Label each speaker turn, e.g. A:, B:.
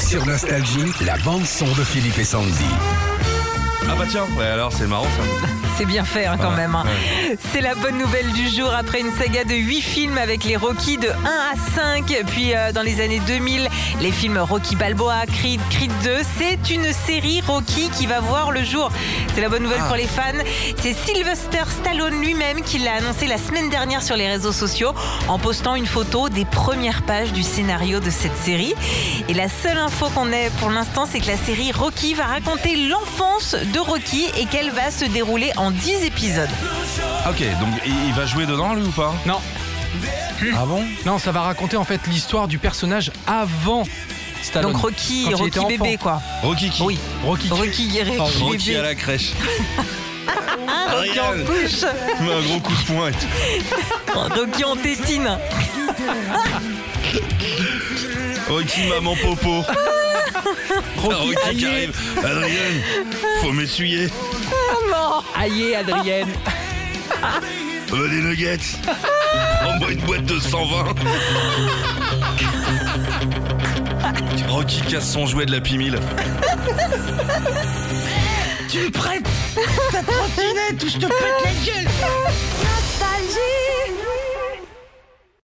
A: Sur Nostalgie, la bande-son de Philippe et Sandy.
B: Ah bah tiens, ouais, alors c'est marrant ça.
C: C'est bien fait hein, quand même. hein. C'est la bonne nouvelle du jour après une saga de 8 films avec les Rocky de 1 à 5. Puis euh, dans les années 2000, les films Rocky Balboa, Creed, Creed 2. C'est une série Rocky qui va voir le jour. C'est la bonne nouvelle pour les fans. C'est Sylvester Stallone lui-même qui l'a annoncé la semaine dernière sur les réseaux sociaux en postant une photo des premières pages du scénario de cette série. Et la seule info qu'on ait pour l'instant, c'est que la série Rocky va raconter l'enfance de Rocky et qu'elle va se dérouler en 10 épisodes.
B: Ok, donc il il va jouer dedans lui ou pas
D: Non,
A: Ah bon
D: non, ça va raconter en fait l'histoire du personnage avant Stallone.
C: Donc Rocky,
D: quand il était
C: Rocky
D: enfant.
C: bébé quoi.
B: Rocky qui
C: Oui.
D: Rocky.
C: Rocky guéret,
D: Oh,
C: Rocky
B: Rocky à
C: bébé.
B: la crèche.
C: Ah, Rocky en
B: Regarde.
C: couche.
B: Il met un gros coup de poing et tout.
C: Rocky en tétine.
B: Rocky maman popo. Rocky, qui
D: allié.
B: arrive. Adrien, faut m'essuyer.
D: Aïe, Adrienne.
B: Ah bah, des nuggets. Prends-moi une boîte de 120. Rocky casse son jouet de la pimille.
E: Nostalgie.